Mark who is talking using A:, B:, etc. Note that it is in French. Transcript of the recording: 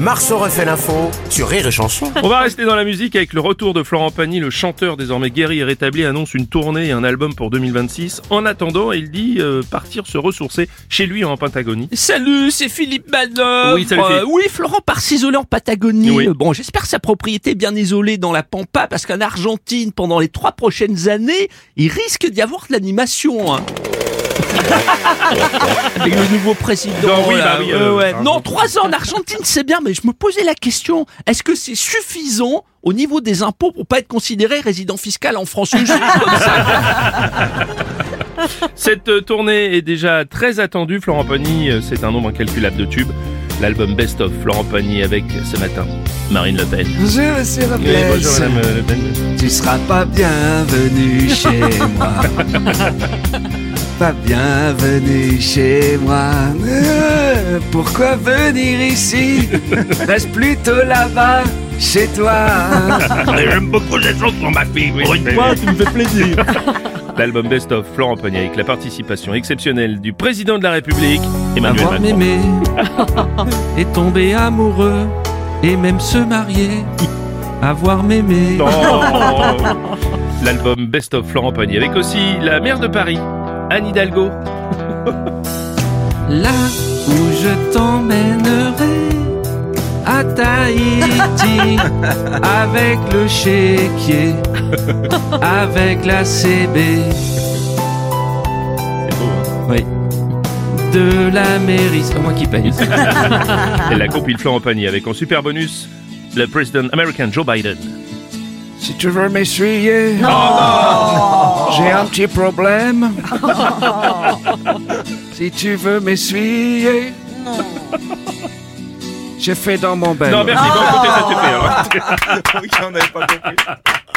A: Marceau refait l'info sur Rire et Chanson.
B: On va rester dans la musique avec le retour de Florent Pagny, le chanteur désormais guéri et rétabli, annonce une tournée et un album pour 2026. En attendant, il dit euh, partir se ressourcer chez lui en Patagonie.
C: Salut, c'est Philippe Manœuvre.
B: Oui, salut, Philippe.
C: Euh, oui, Florent part s'isoler en Patagonie.
B: Oui.
C: Euh, Bon, j'espère sa propriété est bien isolée dans la Pampa, parce qu'en Argentine, pendant les trois prochaines années, il risque d'y avoir de l'animation. hein. Avec le nouveau président.
B: Non, oui, bah
C: là,
B: oui,
C: ouais,
B: euh,
C: ouais.
B: pardon.
C: Non, trois ans en Argentine, c'est bien, mais je me posais la question est-ce que c'est suffisant au niveau des impôts pour pas être considéré résident fiscal en France Juste comme ça.
B: Cette euh, tournée est déjà très attendue. Florent Pagny, euh, c'est un nombre incalculable de tubes. L'album Best of Florent Pagny avec euh, ce matin Marine Le Pen.
D: Bonjour monsieur Lopez,
B: Oui, bonjour Madame euh, Le Pen.
D: tu seras pas bienvenu chez moi. Pas bienvenu chez moi. Euh, Pourquoi venir ici Reste plutôt là-bas, chez toi.
B: J'aime beaucoup les chansons, ma fille. Pour une fois, tu me fais plaisir. L'album Best of Florent Pagny avec la participation exceptionnelle du président de la République, Emmanuel
D: Avoir
B: Macron.
D: m'aimé et tomber amoureux et même se marier. Avoir m'aimé.
B: Non. L'album Best of Florent Pagny avec aussi la maire de Paris, Anne Hidalgo.
D: Là où je t'emmènerai à Tahiti avec le chéquier, avec la CB
B: C'est beau, hein.
D: de la mairie. C'est pas moi qui paye.
B: hein. Et la compile Florent Pagny avec en super bonus le président américain Joe Biden.
D: Si tu veux m'essuyer, oh, j'ai un petit problème. si tu veux m'essuyer, j'ai fait dans mon bain.
B: Non, merci, bon, écoutez, ça c'est fait. hein.